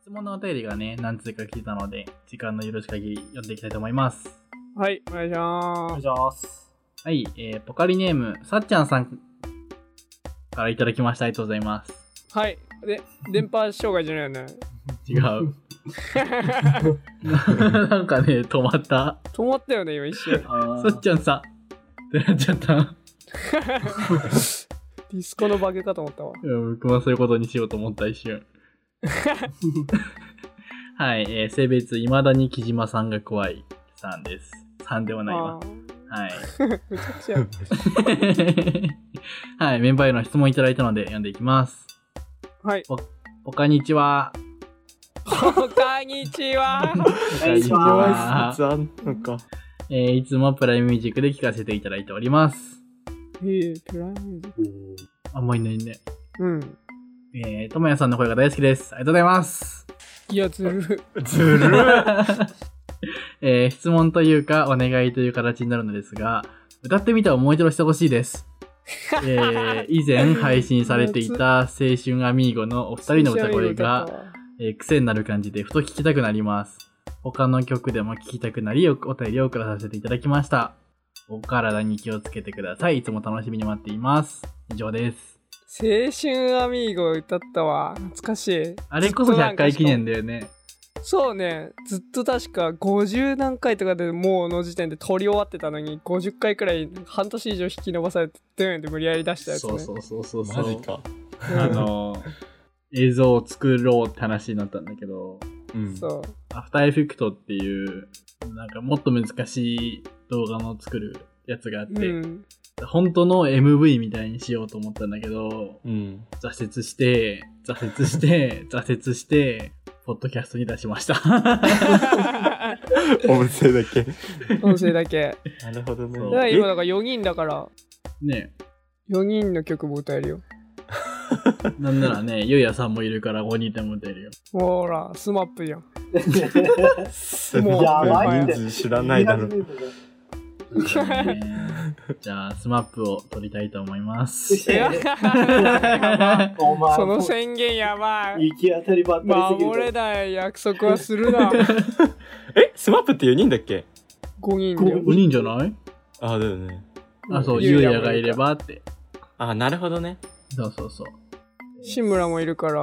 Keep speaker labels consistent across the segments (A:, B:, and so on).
A: 質問のお便りがね、何通か来てたので、時間の許す限り読んでいきたいと思います。
B: はい、お願いし
C: お願
B: ま
C: い
B: す。
C: します。
A: はい、えー、ポカリネーム、さっちゃんさんからいただきました。ありがとうございます。
B: はい。で、電波障害じゃないよね。
A: 違う。なんかね、止まった。
B: 止まったよね、今一 瞬。
C: あ
A: さっちゃんさんってなっちゃった。
B: ディスコのバグかと思ったわ。
A: うん僕もそういうことにしようと思った一瞬。はい、えー性別、いまだに木島さんが怖いさんです。さんではないわ。はい。
B: めちゃくち ゃ。
A: はい、メンバーへの質問いただいたので読んでいきます。
B: はい。
A: おかにちは。
B: こんにち は。
A: お
C: 願いしま
A: かにちは。
C: 雑談なんか。
A: えーいつもプライムミュージックで聴かせていただいております。
B: ええ、プライムミュージック
A: あんまいないね。
B: うん。
A: えー、ともやさんの声が大好きです。ありがとうございます。
B: いや、ずる。
C: ずるい。
A: えー質問というか、お願いという形になるのですが、歌ってみたをもう一度してほしいです。えー以前配信されていた青春アミーゴのお二人の歌声が、えー癖になる感じでふと聞きたくなります。他の曲でも聞きたくなり、おお便りを送らさせていただきました。お体に気をつけてください。いつも楽しみに待っています。以上です。
B: 青春アミーゴ歌ったわ。懐かしい。
A: あれこそ
B: ずっとな
A: 100
B: んか
A: 回記念だよね。
B: そうね、ずっと確か50何回とかでもうの時点で撮り終わってたのに、50回くらい半年以上引き伸ばされて、ドゥンって無理やり出したやつね。
A: そうそうそうそうそ
C: マ
A: う。
C: ジか。
A: あのー、映像を作ろうって話になったんだけど、
C: うん
B: そう。
A: アフターエフェクトっていう、なんかもっと難しい動画の作るやつがあっ
B: う
A: て、
B: ん。
A: 本当の MV みたいにしようと思ったんだけど、
C: うん。
A: 挫折して、挫折 して、挫折して、ポッドキャストに出しました。
C: 音声だけ。
B: 音声だけ。
C: なるほどね
A: そう
B: だ
A: え
B: から今だから4人だから、
A: ね
B: 4人の曲も歌えるよ。
A: なんならね、ゆうやさんもいるから5人でも出るよ。
B: ほら、スマップじゃん。
C: え
B: もう
C: やばい
B: やば
C: って
B: い
C: 人数知らないだろ。
A: ねじゃあ、スマップを撮りたいと思います。
B: いや
D: お前
B: その宣言やばい。
D: 行き当たりばったりすぎ
B: 守れ
D: る
B: ない約束はす るな。
C: え、スマップって4人だっけ
B: 5人だよ
A: 5人じゃない
C: ああ、だよね。
A: あ、そう、ゆ
B: ゆ
A: う
B: うや
A: やがいればって。
C: ああ、なるほどね。
A: そうそうそう。
B: 志村もいるから、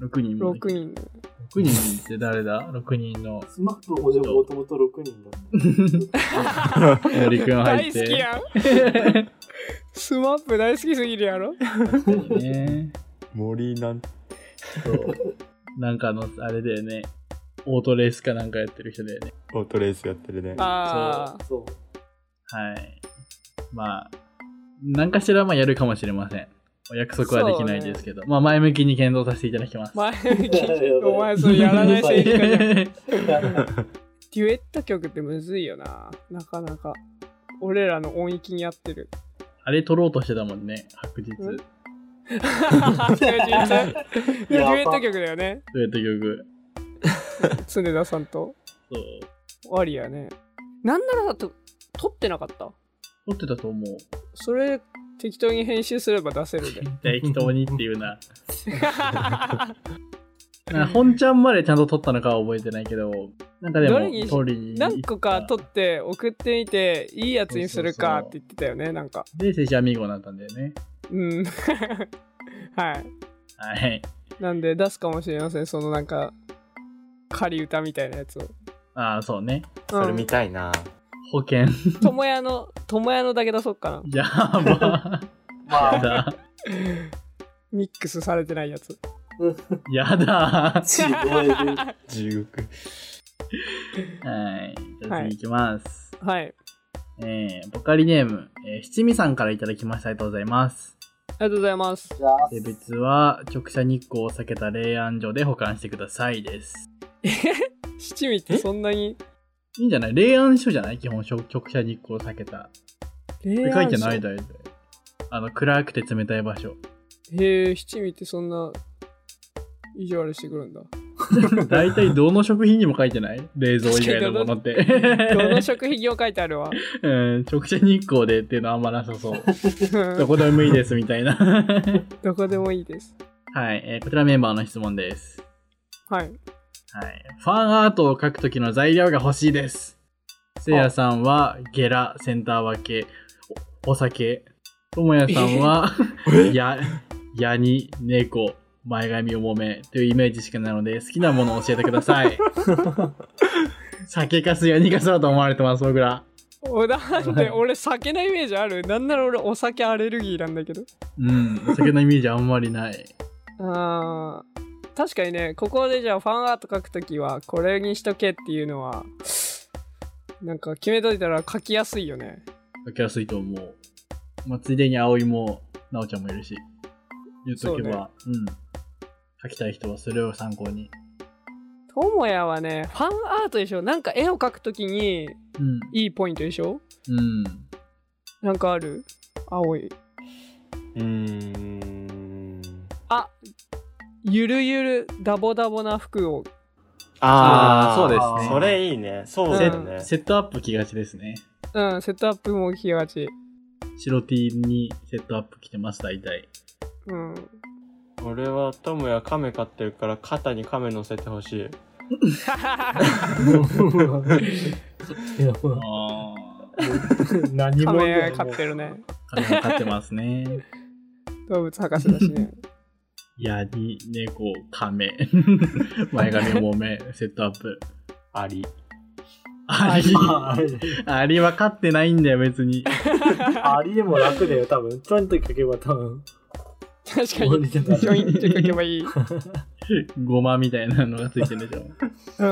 A: 6人も。
B: 6人だよ。
A: 6人って誰だ ?6 人の。
D: スマップ補助もともと6人だった
A: やりくん
B: 大
A: 入
B: 好
A: って。
B: きやん。 スマップ大好きすぎるやろ
A: ね。
C: 森なん
A: そう。なんかの、あれだよね。オートレースかなんかやってる人だよね。
C: オートレースやってるね。
B: ああ、
D: そう
A: はい。まあ、何かしらまあやるかもしれません。お約束はできないですけど。まあ前向きに検討させていただきます。
B: 前向き。お前それやらない
D: せ
B: 政治家じゃん。デ
D: や
B: ュエット曲ってむずいよな。なかなか。俺らの音域に合って る。
A: あれ取ろうとしてたもんね。白日。
B: うん確実いや
D: ば
B: デュエット曲だよね。
A: そうやった曲。
B: 常田さんと。
A: そう。
B: ありやね。なんならだと、撮ってなかった
A: 取ってたと思う。
B: それ、適当に編集すれば出せ るで。
A: 適当にっていうな。あ本ちゃんまでちゃんと撮ったのかは覚えてないけど、なんかでも
B: どれに
A: 撮りに行った
B: 何個か撮って送ってみて、いいやつにするかって言ってたよね、なんか。
A: で、セシアミーゴになったんだよね。
B: うん。 はい。
A: はい。
B: なんで出すかもしれません、そのなんか、仮歌みたいなやつを。
A: ああ、そうね。
C: それ見たいな。
A: 保険。
B: うん友也の、友也のだけ出そうかな。
A: やば。
D: ま
A: や
D: あ
A: だ。
B: ミックスされてないやつ。
A: やだ。
D: 地声で
C: 地獄。
A: はい。じゃあ次行きます。
B: はい。
A: えー、ポカリネーム、えー七味さんからいただきました。ありがとうございます。
B: ありがとうございます。
D: じゃあ
A: 性別は、直射日光を避けた冷暗所で保管してくださいです。
B: 七味ってそんなに。
A: いいんじゃない冷暗所じゃない基本、直射日光を避けた。
B: 書
A: 書いてないだよ。あの、暗くて冷たい場所。
B: へえ、七味ってそんな、意地悪してくる んだ。
A: 大体どの食品にも書いてない冷蔵以外のものって。
B: どの食品を書いてある わ。
A: うん、直射日光でっていうのはあんまなさそう。ど
B: ど
A: こでもいいですみたいな。
B: こでもいいです。
A: はい、えーこちらメンバーの質問です。
B: はい。
A: はい。ファンアートを描くときの材料が欲しいです。せいやさんはゲラ、センター分け、おお酒。ともやさんは、や、ヤニ、猫、前髪重めというイメージしかないので、好きなものを教えてください。酒かす、ヤニかすだと思われてます、僕ら。
B: おなんで俺酒のイメージあるなんなら俺お酒アレルギーなんだけど
A: うん。お酒のイメージあんまりない。
B: あー確かにねここでじゃあファンアート書くときはこれにしとけっていうのはなんか決めといたら書きやすいよね
A: 書きやすいと思う。まあ、ついでに葵も、なおちゃんもいるし、言っとけば、うん。書きたい人はそれを参考に。
B: ともやはねファンアートでしょなんか絵を描くときに
A: うん。
B: いいポイントでしょ
A: うん。
B: なんかある青いう
C: ーん。
B: ゆるゆるダボダボな服を
A: あー
C: ー
A: そうですね
C: それいいね。そう
A: セ
C: だ
B: う
A: ッ
C: ね。
A: セットアップ着がちですね。
B: うんセットアップも着がち
A: 白 T にセットアップ着てます、大体。
B: うん
C: 俺はトムやカメ飼ってるから肩にカメ乗せて ほしい。
D: やば
A: ああ。
D: 何
B: カ
D: も
B: メ飼ってるね
A: 金を飼ってますね。
B: 動物博士だしね
A: ヤギ、猫、カメ。 前髪もめ、セットアップ。
C: あり。
A: アリ。
D: ああれ
A: アリは飼ってないんだよ、別に。
D: ありでも楽だよ多分ちょんと書けば多分
B: 確か
D: 終わり
B: に
D: だから
B: ジョインって書けばいい
A: ゴマみたいなのがついてるでしょ。
B: う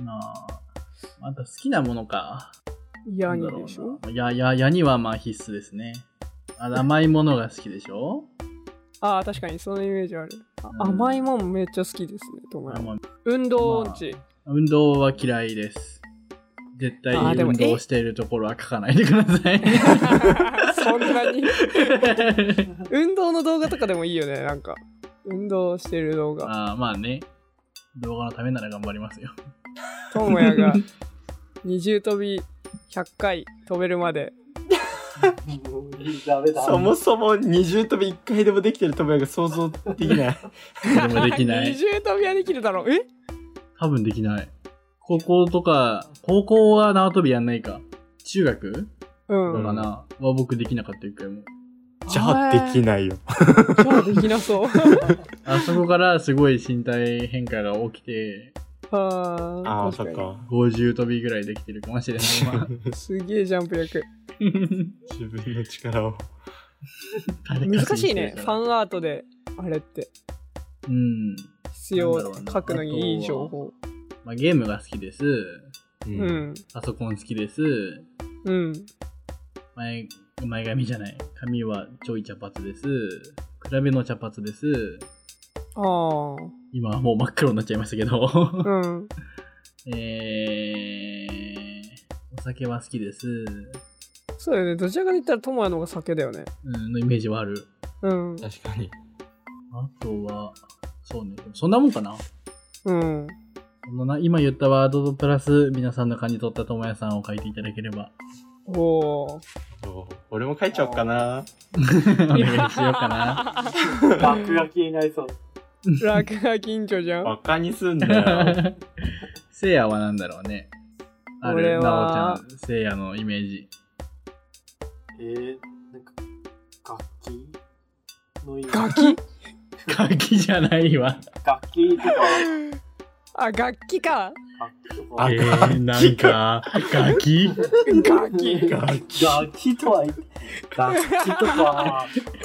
B: ん
A: なあ。あと好きなものか。
B: ヤニでしょ
A: なんだろうな。や、や、ヤニはまあ必須ですね。あ甘いものが好きでしょ
B: ああ確かにそのイメージある、あ
A: うん
B: 甘いもんめっちゃ好きですねと思い
A: あ
B: ます
A: まあ
B: 運動音痴、
A: 運動は嫌いです。絶対
B: あーでも
A: 運動しているところは書かないでください。
B: そんなに運動の動画とかでもいいよねなんか運動してる動画
A: あーまあね。動画のためなら頑張りますよ。
B: とも やが二重跳び100回飛べるまで
D: もうダメだ
C: そもそも二重跳び一回でもできてるトムヤが想像できない。
A: でもできな
B: 二
A: い。
B: 重跳びはできるだろうえ
A: 多分できない。高校とか、高校は縄跳びやんないか。中学
B: うん、
A: か
C: ん
A: な、は僕できなかった一回も。
C: じゃあでき
B: い
C: ないよ。
B: じゃあできな そう
A: あそこからすごい身体変化が起きて、
B: あー
C: ああ、そ
B: 確
C: っ
B: かに
C: か。
A: 50飛びぐらいできてるかもしれない。 今
B: すげえジャンプ力
C: 自分の力を。
A: 誰か
B: 難し
A: 信じ
B: いね
A: てる
B: フ
A: から
B: ァンアートであれって
A: うん。
B: 必要
A: なんだろうな
B: 書くのにいい情報
A: まあ、ゲームが好きです。
C: う
B: う。ん
A: パソコン好きです。
B: うん
A: 前、前髪じゃない。髪はちょい茶髪です。比べの茶髪です。
B: あ
A: 今はもう真っ黒になっちゃいましたけ
B: あ
A: ど。
B: うん
A: えー、お酒は好きです。
B: そうだよねどちらかといったら友也の方が酒だよね
A: うん、のイメージはある。
B: うん
C: 確かに。
A: あとは、そうね。でもそんなもんかな。
B: うん
A: そのな今言ったワードとプラス、皆さんの感じ取ったともやさんを書いていただけれ ば。
B: おお
C: そう俺も書いちゃおうかな。
A: お願いしようかな。
D: 楽が消えないそう
B: 楽が近所じゃん
C: バカにす んなよ。
A: せいやは何だろうね。あ
B: 俺
A: る、な
B: は
A: おちゃん、せいやのイメージ。
D: えー、なんか楽器の意味
B: 楽器
A: 楽器じゃないわ。
D: 楽器とか
B: あ楽器か
D: 楽器と
C: あ
D: か
A: えー、なんか、楽器
B: 楽器
C: 楽器。
D: 楽器とは言って楽器とか
B: あ
C: 楽器って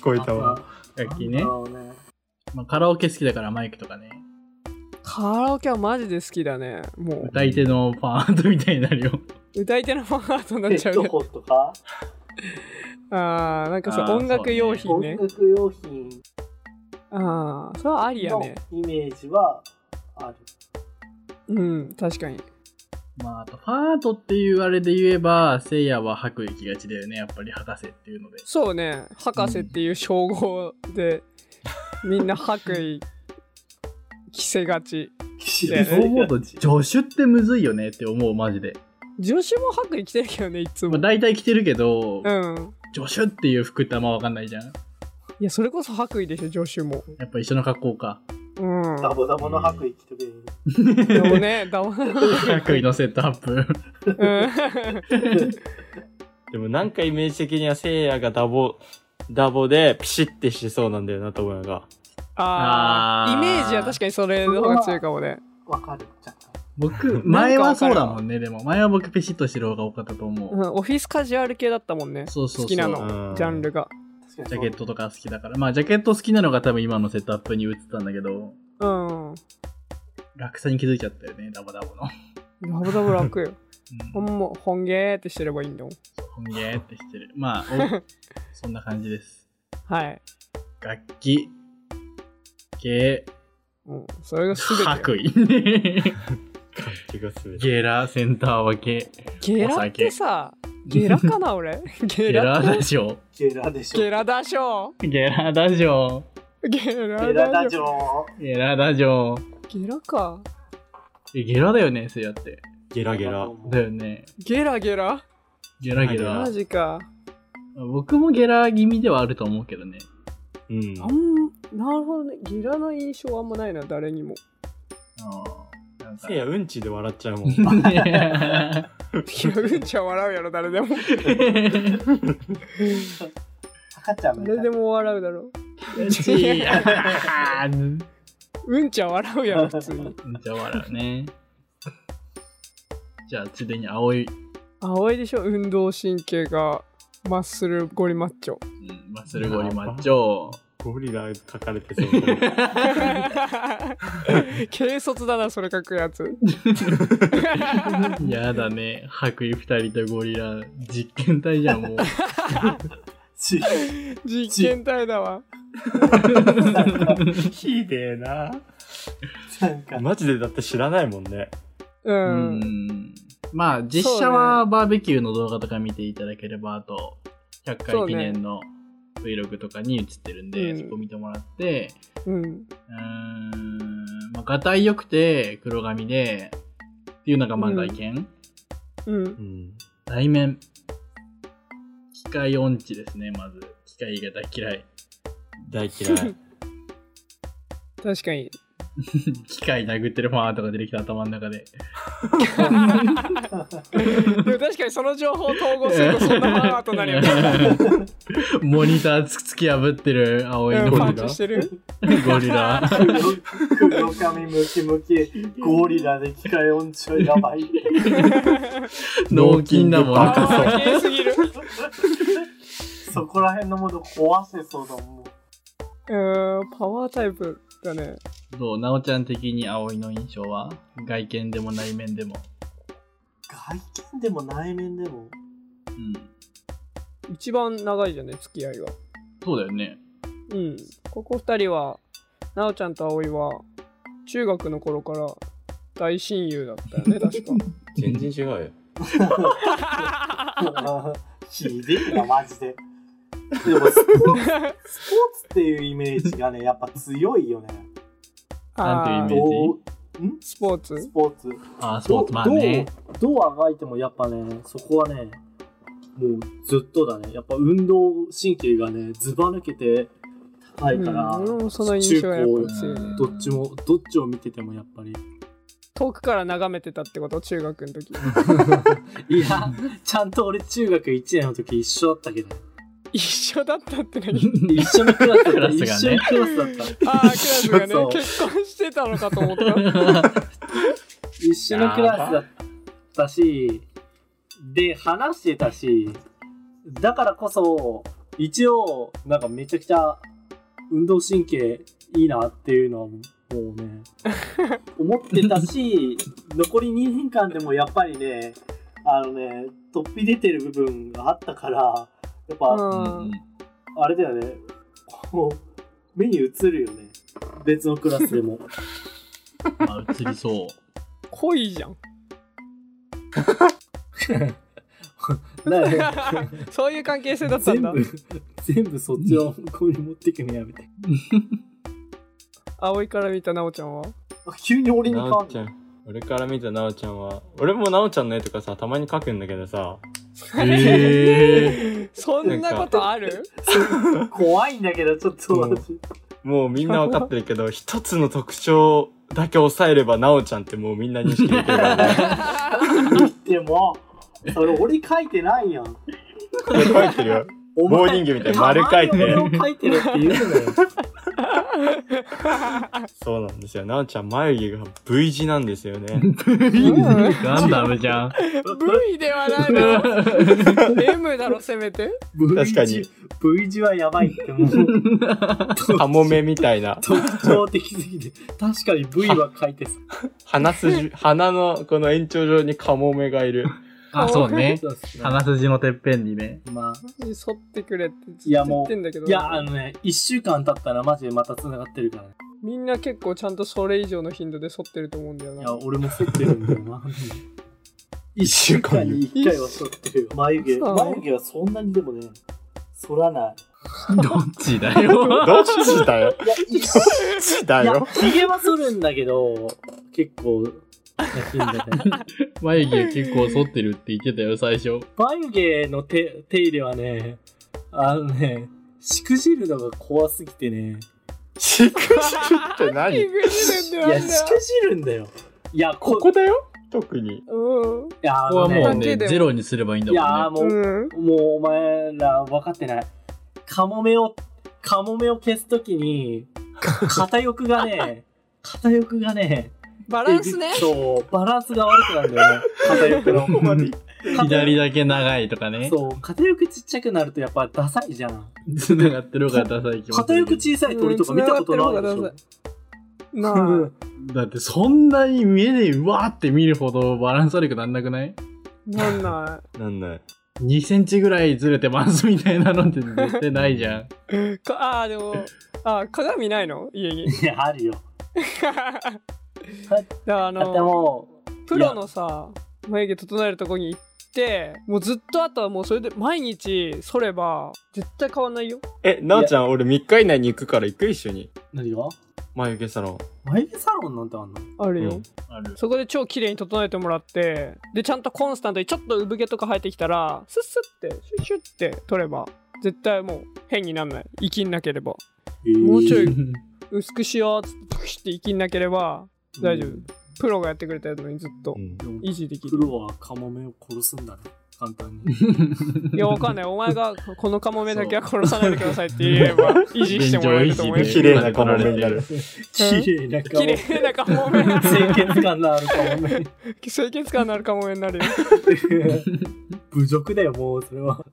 C: 聞こえたわ。
A: 楽器
D: なん
A: ね
D: だ。ろうね
A: まあ、カラオケ好きだからマイクとかね。
B: カラオケはマジで好きだねも
A: 歌い手のファンアートみたいになるよ。
B: う歌い手のファンアートになっち
D: ペ
B: ゃ
D: ッ
B: う
D: ト
B: ね
D: ホとか
B: ああなんかそう
A: あー
B: 音楽用 品
D: 音
B: ね
D: 楽用品
B: ああそれはありや
D: の
B: ね
D: イメージはある。
B: うん確かに
A: まあ、あと、ファンアートっていうあれで言えば、せいやは白衣着がちだよね。やっぱり博士っていうので。
B: そうね博士っていう称号でみんな白衣着せがちだよ
A: そ
B: ね
A: う思うと、助手ってむずいよねって思う、マジで。
B: 女子も白衣着てるけどねいつ
A: ま
B: も
A: あ、大体着てるけど、
B: うん
A: 助手っていう服ってあんまわかんないじゃん。
B: いやそれこそ白衣でしょ女子も
A: やっぱ一緒の格好か。
B: うんうん
D: ダボダボの白衣着てくれ
B: で
D: る。
B: もね、だわ。
A: 白衣のセットアップ。
B: うん
C: でもなんかイメージ的には聖夜がダボ、ダボでピシッてしそうなんだよな、ともやが。
B: あ
A: あー
B: ーイメージは確かにそれの方が強いかもね。
D: わかる。若干
A: 僕、前はそうだもんね、でも。前は僕、ピシッとしてる方が多かったと思う。
B: うん、オフィスカジュアル系だったもんね。
A: そうそうそう。
B: 好きなの
C: うん
B: ジャンルが。
D: 確かにそう
A: ジャケットとか好きだから。まあ、ジャケット好きなのが多分今のセットアップに映ったんだけど、
B: うん。
A: 落差に気づいちゃったよね、ダボダボの。
B: ダブダブ楽 よ。
A: う
B: ほ
A: ん
B: ん、ま、本ゲーってしてればいいんだもん。
A: ほんげーってして る。まあ、おそんな感じです。
B: はい。
A: 楽器、芸、
B: うん、それがすべてよ。
A: 白衣、
C: 感じがする。
A: ゲラ、センター分け、
B: ゲラってさ、ゲラかな 俺。ゲ
A: ゲラ
B: ラ
A: ダジョ
D: ゲラでしょ。
B: ゲラだしょ
A: ー、ゲラダジョ
B: ゲラ
D: ゲラ
B: だ
D: ダ
B: し
D: ジ
B: ょ
D: ョー。
A: ー、ゲラダジョー。
B: ゲラか。
A: えゲラだよね、せいやって。
C: ゲラゲラ。
A: だよね。
B: ゲラゲラ
A: ゲラゲ
C: ゲラ
A: ラ
B: マ。ジか。
A: 僕もゲラ気味ではあると思うけどね。
C: うん。
B: あん、なるほどね。ゲラの印象はあんまないな、誰 にも。
A: あーなんか
C: 聖夜うんちで笑っちゃうもん。
B: いや、うんちは笑うやろ、誰でも。
D: 赤ちゃんみたい
B: 誰でも笑うだろ。
A: いやー
B: うんちは笑うや ろ、普通に。
A: めっちゃ笑うね。じゃあ、ついでに青い、
B: 青いでしょ、運動神経がマッスルゴリマッチ
A: う
B: ョ。
A: ん、マッスルゴリマッチョ。
C: ゴリラ書かれてそう。
B: 軽率だな、それ書くやつ。
A: やだね。白衣二人とゴリラ、実験体じゃん、もう。
D: ち
B: 実験体だわ。
C: ひでえな。
D: なんか、
C: マジでだって知らないもんね。
B: う。
A: うんん。まあ、実写はバーベキューの動画とか見ていただければ、あと、100回記念の Vlog とかに映ってるんで、
B: うん
A: そこ見てもらって、
B: うん。
A: うーん、まあ、がたい良くて、黒髪で、っていうのがまあ外見。
B: うん。
C: うん。
A: 内面。機械音痴ですね、まず。機械が大嫌い。
C: 大嫌い。
B: 確かに。
A: 機械殴ってるファンとか出てきた頭の中で。
B: でも確かにその情報を統合するとそんなパワーとなるよね。
A: モニターつ突き破ってる青
B: う
A: い
B: ん、
A: の
B: パ
A: ゴ
B: ン
A: リ
B: チ
A: ラ
B: し。てる。
A: ゴリラ。
D: 黒髪ムキムキ、ゴリラで機械音痴はやばい。
A: 脳筋だもん
B: パ
A: な。
B: ワー系すぎる。
D: そこら辺のもの壊せそうだもん。
B: うん、パワータイプだね。
A: どうなおちゃん的に葵の印象は外見でも内面でも。
D: 外見でも内面でも。
A: うん。
B: 一番長いじゃね、付き合いは。
A: そうだよね。
B: うん。ここ二人は、なおちゃんと葵は、中学の頃から大親友だったよね、確か。
C: 全然違うよ。
D: ひでえな、マジで。でもスポーツ、スポーツっていうイメージがね、やっぱ強いよね。
A: なんていうイメージ
B: あー
D: どう、ん
B: スポー
D: ス
B: ツ
D: ポーツ。
A: ああ、スポ
D: ど
A: ーツマンね。
D: どうどうあがいてもやっぱね、そこはね、もうずっとだね。やっぱ運動神経がね、ずば抜けて高いから、
B: うん俺もその印象はやっぱ強いね
A: 中高
D: どっちも、どっちを見ててもやっぱり。
B: 遠くから眺めてたってこと中学の時
D: いや、ちゃんと俺中学1年の時一緒だったけど。
B: 一緒だったって何
D: 一緒のクラスだ
A: ク
D: った。
A: ラスがね
D: 一緒のクラスだった。
B: ああクラスがね
D: そう
B: 結婚してたのかと思った
D: 一緒のクラスだったし、で、話してたし、だからこそ、一応、なんかめちゃくちゃ運動神経いいなっていうのは、もう ね、思ってたし、残り2年間でもやっぱりね、あのね、突飛出てる部分があったから、やっぱ、
A: うんうん
D: あれだよね、こう、目に映るよね。別のクラス でも。
A: まあ、映りそ
B: 濃いじゃん
D: だよね
B: そういう関係性だったん
D: 全
B: だ
D: 部、全部そっちの方向に持ってくのやめて。
B: 葵から見たなおちゃんは
D: あ急に俺に変
C: な
D: わ
C: お
D: っ
C: ち
D: た
C: ゃ。ん。俺から見たなおちゃんは、俺もなおちゃんの絵とかさ、たまに描くんだけどさ、
A: う。へえ。
B: そんなことある
D: 怖いんだけど、ちょっと
C: うん
D: 私。
C: もうみんなわかってるけど、一つの特徴だけ抑えれば、なおちゃんってもうみんな認識できるからね。
D: でも、それ俺書いてないやん。
C: いや書いてるよ。
D: お
C: 棒人形みたいに丸書いて
D: 俺を書いてるって言うのよ。
C: そうなんですよ。なおちゃん眉毛が V 字なんですよね。
A: ガンダムじゃん。
B: V ではないだろ M だろせめて
C: 確かに。
D: V 字はやばいって、もう、
C: カモメみたいな。
D: 特徴的すぎて。確かに V は書いてさ。
C: 鼻筋、鼻のこの延長上にカモメがいる。
A: あ、そうね。
D: そうっすね
A: 鼻筋のてっぺんに ね。
D: まあ、
B: マジ剃ってくれってずっと
D: いやもう
B: 言ってんだけど
D: いや、あのね、一週間経ったらマジでまた繋がってるからね。
B: みんな結構ちゃんとそれ以上の頻度で剃ってると思うんだよ
D: い
B: な
D: や、俺も剃ってるんだよな。一
C: 週間に
D: 一回は剃ってるよ。眉毛、
B: そう
D: 眉毛はそんなにでもね、剃らない。
A: どっちだよ。
C: どっちだよ。
D: いや、一週
C: どっちだ
D: いや
C: よ。、
D: ヒゲは剃るんだけど、結構、焼きんだね。
A: 眉毛結構剃ってるって言ってたよ、最初。
D: 眉毛の手手入れはね、あのね、しくじるのが怖すぎてね。
C: しくじるって
B: ピ
C: 何
B: グジ
D: い
B: ルってな
D: や、
B: ん
D: し
B: だよ
D: くじるんだよ。いや、こ
C: ここだよ特に。
B: うん
D: いや、
A: こ
D: あ
A: こは
D: のね
A: もう
B: 関係
A: ね、
B: で
A: ゼロにすればいいんだ
D: いや、
A: もんね。
D: もう、
B: うん
D: もうお前ら分かってない。カモメを、カモメを消すときに、片翼がね、片翼がね、
B: バランスね
D: そう、バランスが悪くなるんだよね。片翼の。
C: ここまで
A: 左だけ長いとかね。
D: そう、片翼ちっちゃくなるとやっぱダサいじゃん。
A: 繋がってるからダサい気持ち。
D: 片翼小さい鳥とか見たことないでし
B: うん繋がってる方がダ。
D: ょ
B: なあ
A: だってそんなに目でうわーって見るほどバランス悪くなんなくない
B: なんな
C: なんない。
A: 2センチぐらいずれてますみたいなのって絶対ないじゃん。
B: いかあーでもあー鏡ないの家に
D: いや、あるよ。
B: だからあ
D: で
B: の
D: も、
B: プロのさ眉毛整えるとこに行ってもうずっとあとはもうそれで毎日剃れば絶対変わんないよ
C: え、なおちゃん、俺3日以内に行くから行く一緒に。
D: 何が
C: 眉毛サロン。
D: 眉毛サロンなんてあんの
B: あるよ、
C: うん
A: ある。
B: そこで超綺麗に整えてもらってでちゃんとコンスタントにちょっと産毛とか生えてきたらスッスッてシュッシュッて取れば絶対もう変になんない生きんなければもうちょい薄くしようっつってプシュッて生きんなければ大丈夫プロがやってくれたのにずっと
C: うん
D: 夫
B: 維持でき
D: プ
B: る
D: ロはカモメを殺すんだね。簡単に。
B: いやわかんないお前がこのカモメだけは殺さないでくださいって言え ば維持してもらえると思うよ
C: 綺麗なカモメになる。
D: 綺麗なカモ
B: 綺
D: メ。
B: 麗なカモメ
D: 清潔感のあるカモメ。
B: 清潔感のあるカモメになるよ
D: 侮辱だよ、もうそれは。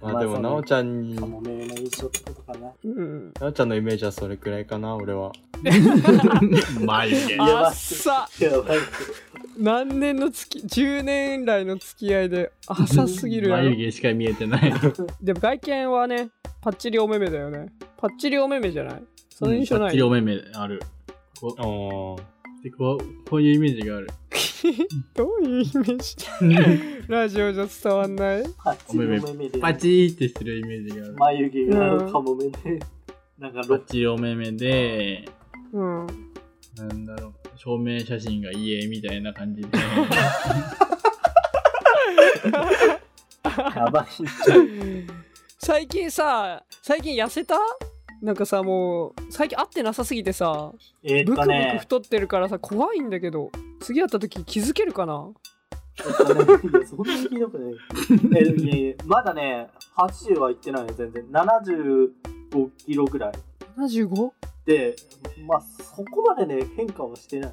C: まあでも、なおちゃんに、
D: カ
C: な
D: モメの印象ってことかな。
B: うん
C: おちゃんのイメージはそれくらいかな、俺は。
A: 眉毛。
D: や
B: あ
D: ばい
B: っさ
D: やばい
B: 何年の付き10年来の付き合いで浅すぎるやろ
A: 眉毛しか見えてない。
B: でも外見はねパッチリお目目だよねパッチリお目目じゃない その印象 ない、
A: 両目目ある。こ
C: あー。
A: でこうこういうイメージがある。
B: どういうイメージ ラジオじゃ伝わんない
D: パッチリお目目で。
A: パチーってしてるイメージがある。
D: 眉毛があるカモメで。なんか
A: パ
D: ロ
A: チ両目目で、
B: うん
A: なんだろう、照明写真が家みたいな感じで。
D: やばい。
B: 最近さ最近痩せたなんかさもう最近会ってなさすぎてさ
D: えー
B: ブ
D: っと
B: クブク
D: ね。
B: 太ってるからさ怖いんだけど次会った時気づけるかな
D: えっとねいやそんなにひどくない。えいやいやまだね、80はいってないよ、全然。75キロぐらい。
B: 75?
D: で、まあ、そこまでね、変化はしてない。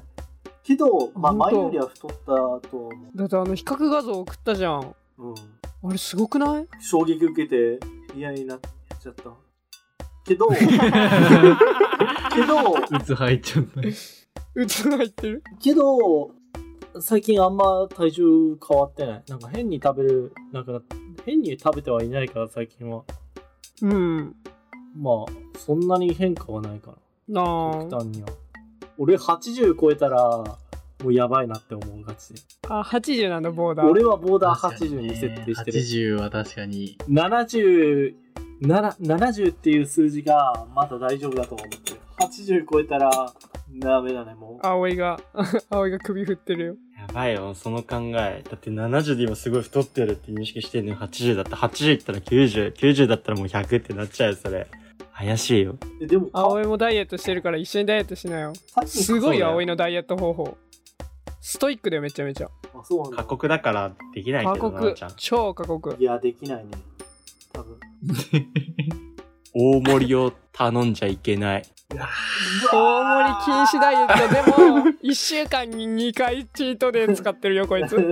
D: けど、まあ、
B: 本
D: 前
B: 当
D: よりは太ったとは思
B: だってあの比較画像送ったじゃん
D: う。うん。
B: あれすごくない
D: 衝撃受けて嫌になっちゃった。けど、けど、
A: うつ入っちゃった。
B: うつが入ってる
D: けど、最近あんま体重変わってない。なんか変に食べる、なんか変に食べてはいないから最近は。
B: うん
D: まあ、そんなに変化はないかな。
B: なあ
D: 極端には俺80超えたらもうやばいなって思うがちで
B: あ、80なんだ、ボーダー。
D: 俺はボーダー80に設定してる、
A: 80は確かに。
D: 70 7 70っていう数字がまだ大丈夫だと思ってる80超えたらダメだねもう
B: 葵が、 葵が首振ってるよ。
C: やばいよ、その考え。だって70で今すごい太ってるって認識してんのに80だったら80いったら90、90だったらもう100ってなっちゃうよ、それ。怪しいよ。
D: えでも、か
B: 葵もダイエットしてるから一緒にダイエットしなよ
D: さっき
B: すごい
C: そうだ
B: よ
C: よ
B: 葵のダイエット方法ストイックだよめちゃめちゃ
D: あ、そうな
C: 過
D: んだ。
C: 酷だからできない
B: 過
C: けどな、
B: 酷
C: ちゃん。
B: 超過酷
D: いや、できないね。多分。
C: 大盛りを頼んじゃいけない。
B: 大盛り禁止ダイエットでも1 週間に2回チートデー使ってるよ こいつ
C: そう。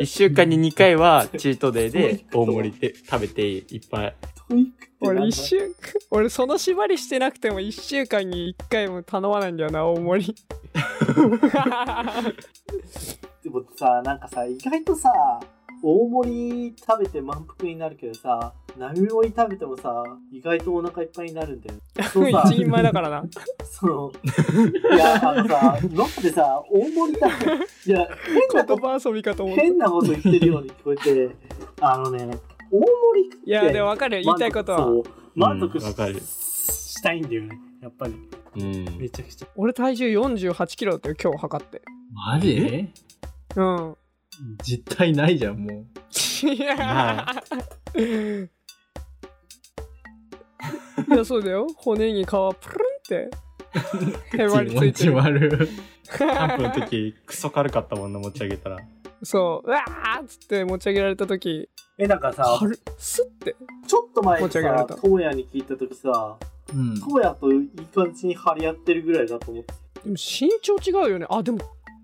C: 1週間に2回はチートデーで大盛りで食べていいっぱい。
D: トイックってなんだ
B: 俺一週 俺その縛りしてなくても1週間に1回も頼まないんだよな大盛 り
D: でもさ、なんかさ、意外とさ、大盛り食べて満腹になるけどさ、並盛り食べてもさ、意外とお腹いっぱいになるんだよ。そのさ
B: 一、人前だからな
D: その、いや、あのさ、ロックでさ、大盛り食べ、いや、変な
B: 言
D: こと、
B: 葉遊びかと思ったい
D: 変なこと言ってるように聞こえて、あのね、大盛り食って、
B: やでも分かるよ言いたいことは
D: そう満足
C: うんわかる
D: ししたいんだよね、やっぱり、
C: うん。
D: めちゃくちゃ。
B: 俺体重4 8キロだったよ今日測って
A: マジ
B: うん
A: 実体ないじゃん、も
B: いや、
C: ま
B: いやそうだよ骨に皮プルンってへ
A: う。
B: ばりついて
A: ち
B: る
A: まる。
C: キャンプの時、クソ軽かったもんな、持ち上げたら。
B: そううわーっつって持ち上げられた時
D: え、なんかさ、
B: 軽っスッて
D: ちょっと前に
B: 持ち上げられ
D: さ、
B: た
D: 智也に聞いたときさ、
A: うん。
D: 智也といい感じに張り合ってるぐらいだと思って
B: でも身長違うよねあでも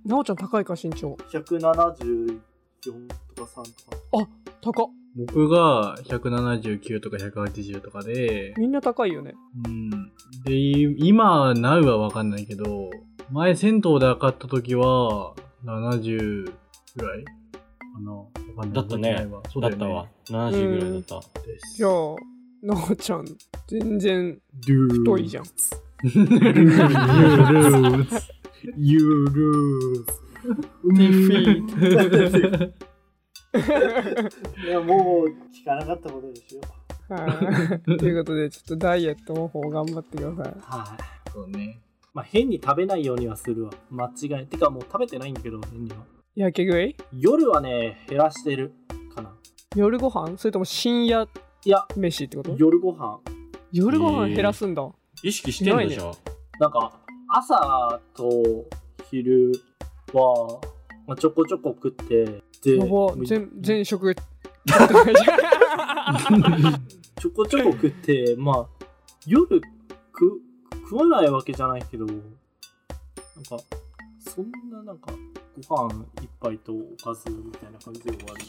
B: なおちゃん高いか身長
D: 174とか3とか
B: 高っ
A: 僕が179とか180とかで、
B: みんな高いよね
A: うん。で、い今、なうはわかんないけど、前銭湯で測った時は、70ぐらいかな。わかんない
C: だったね
A: 覚えてないわそう
C: だ
A: だ
C: っ
A: よ
C: た
A: ね。
C: わ。70ぐらいだった。
A: です
B: じゃあなおちゃん全然
A: ドゥー
B: 太いじゃん
A: ルーズ。
D: You lose!
A: ィ
D: いや、もう聞かなかったことでしょ。
B: はいということでちょっとダイエット方法頑張ってください
D: はい。
A: そうね。
D: まあ、変に食べないようにはするわ。間違いない。てか、もう食べてないんだけど、変には。
B: やけ食い
D: 夜はね、減らしてるかな。
B: 夜ご飯それとも深夜
D: いや、
B: 飯ってこと
D: 夜ご飯
B: 夜ご飯減らすんだ、
C: 意識してんでしょ
D: なんか、朝と昼は、まあ、ちょこちょこ食って、で、
B: やば
D: もう
B: 全全食あ
D: ちょこちょこ食って、まあ、夜く食わないわけじゃないけど、なんか、そんななんか、ご飯一杯とおかずみたいな感じで終わる。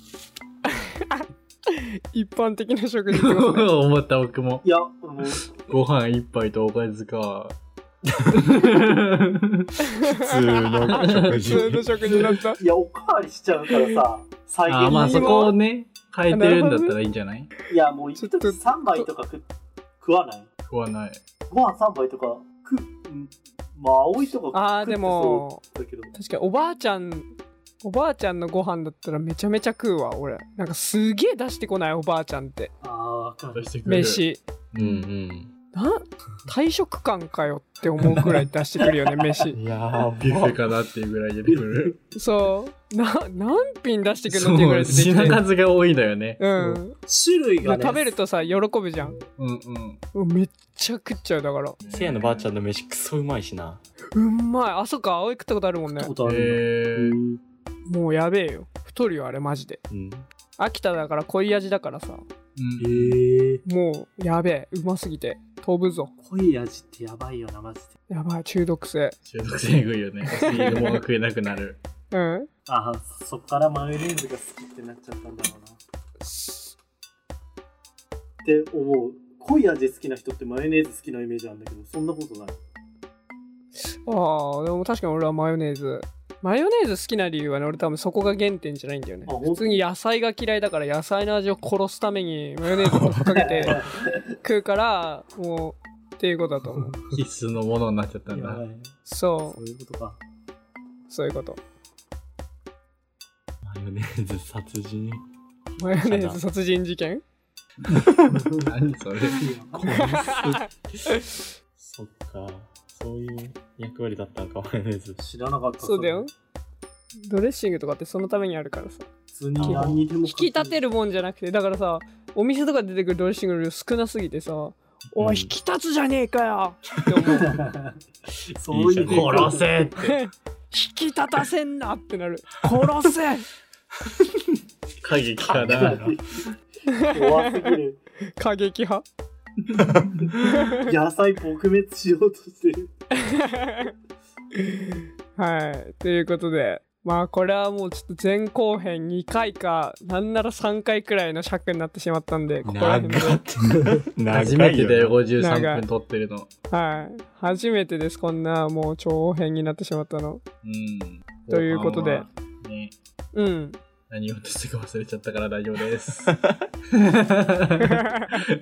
B: 一般的な食事ってことね
A: 思った僕も。
D: いや、もう、
A: ご飯一杯とおかずか。
C: 普通の食
B: 普
C: 事。
B: 通の食事だ った
D: いや、おかわりしちゃうからさ、最
A: あー、
D: 近、
A: まあそこをね、変えてるんだったらいいんじゃない
D: いや、もう一
B: ちょっと
D: 時3杯とか食食わない。
A: 食わない。
D: ご飯3杯とか食う、んまあ、青いとか食って
B: あーでも
D: そうだけど、
B: 確かにおばあちゃんおばあちゃんのご飯だったらめちゃめちゃ食うわ俺なんかすげえ出してこないおばあちゃんって
D: ああ、わかる。
A: してくれる。
B: 飯
C: うんうん。
B: な退職感かよって思うくらい出してくるよね飯
C: いやー、
A: ビュッフェかなっていうぐらい出てく る。
B: そうな 何品出してくるのっていうぐ
A: そ、
B: らいう出てき
A: 品
B: て
A: 数が多いのよね。
B: うん、
D: 種類がね、
B: 食べるとさ喜ぶじゃん
A: うんうん。
B: うわめっちゃ食っちゃうだから
C: せいやのばあちゃんの飯クソうまいしな。
B: うんまいあそっか青い食ったことあるもんね
D: 食ったことあるんだ。
A: えー、
B: もうやべえよ太るよあれマジで
C: うん。
B: 秋田だから濃い味だからさ
A: うん
D: えー、
B: もうやべえうますぎて飛ぶぞ
D: 濃い味ってやばいよな、マジで。
B: やばい中毒性
A: 中毒性えぐいよね。お汁も食えなくな る。
B: うん
D: ああ、そっからマヨネーズが好きってなっちゃったんだろうな。って思う。濃い味好きな人ってマヨネーズ好きなイメージあるんだけど、そんなことない。
B: ああでも確かに俺はマヨネーズマヨネーズ好きな理由はね俺多分そこが原点じゃないんだよね
D: あほんと
B: 普通に野菜が嫌いだから野菜の味を殺すためにマヨネーズをぶっかけ て食うからもうっていうことだと思う
A: 必須のものになっちゃったん
D: やば
A: だ。
D: いね
B: そ
D: そういうこと か。
B: うそういうこと
C: マヨネーズ殺人。
B: マヨネーズ殺人事件
A: 何それ。
C: そっか。そういう役割だったのか、マヨネーズ。
D: 知らなかった。
B: そうだよ。ドレッシングとかってそのためにあるからさ
D: 普通に何にでも
B: 引き立て
D: る。
B: るもんじゃなくてだからさお店とか出てくるドレッシングの量少なすぎてさおい、引き立つじゃねえかよって思う。
D: そうい
C: い
D: う
C: いじゃん
A: 殺せ
B: 引き立たせんなってなる。殺せ
A: 過激か
C: だ
A: な。
D: 怖すぎる。
B: 過激派
D: 野菜撲滅しようとしてる。
B: はい。ということで、まあこれはもうちょっと前後編2回か、なんなら3回くらいの尺になってしまったんで、ここら辺で。
C: 長っ
A: 初めてだよ、
B: 長
A: 53
B: い
A: 分撮ってるの。
B: はい。初めてです、こんなもう長編になってしまったの。
A: うん。
B: ということで
A: 後半はね、
B: うん。
A: 何を言ってすぐ忘れちゃったから大丈夫 です。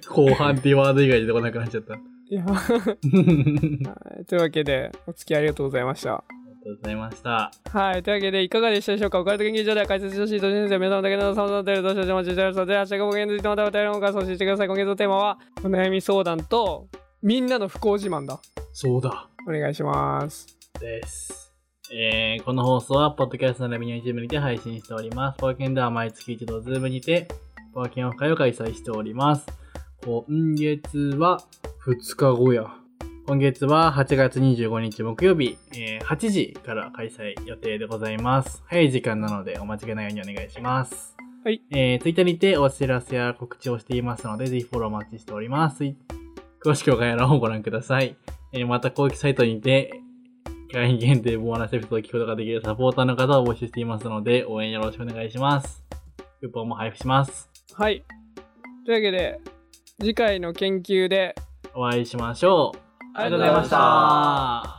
A: 後半っていうワード以外出てこなくなっちゃった。あ
B: いや、
A: り
B: というわけで、お付き合いありがとうございました。
A: がとうございました。
B: はい。というわけで、いかがでしたでしょうか岡田研究所では解説してほしいと先生、皆様だけのさまざまなテーマをどうしお待ちしておりますので、ハッシュタグ冒険についてまたお便りの方から送信してください。今月のテーマは、お悩み相談と、みんなの不幸自慢だ。
A: そうだ。
B: お願いします。
A: です。えー、この放送は、ポッドキャストのラミニ YouTube にて配信しております。ポワケンでは毎月一度、ズームにて、ポワケンオフ会を開催しております。今月は、2日後や。今月は8月25日木曜日、えー8時から開催予定でございます。早い時間なのでお間違いないようにお願いします。
B: はい。
A: えー、Twitter にてお知らせや告知をしていますので、ぜひフォローお待ちしております。詳しくは概要欄をご覧ください。えーまた公式サイトにて、会員限定ボーナスエピソードを聞くことができるサポーターの方を募集していますので、応援よろしくお願いします。クーポンも配布します。
B: はい。というわけで、次回の研究で、
A: お会いしましょう。
B: あ
A: あ
B: り
A: りが
B: が
A: と
B: とう
A: う
B: ご
A: ご
B: ざ
A: ざ
B: い
A: い
B: ま
A: ま
B: し
A: したた。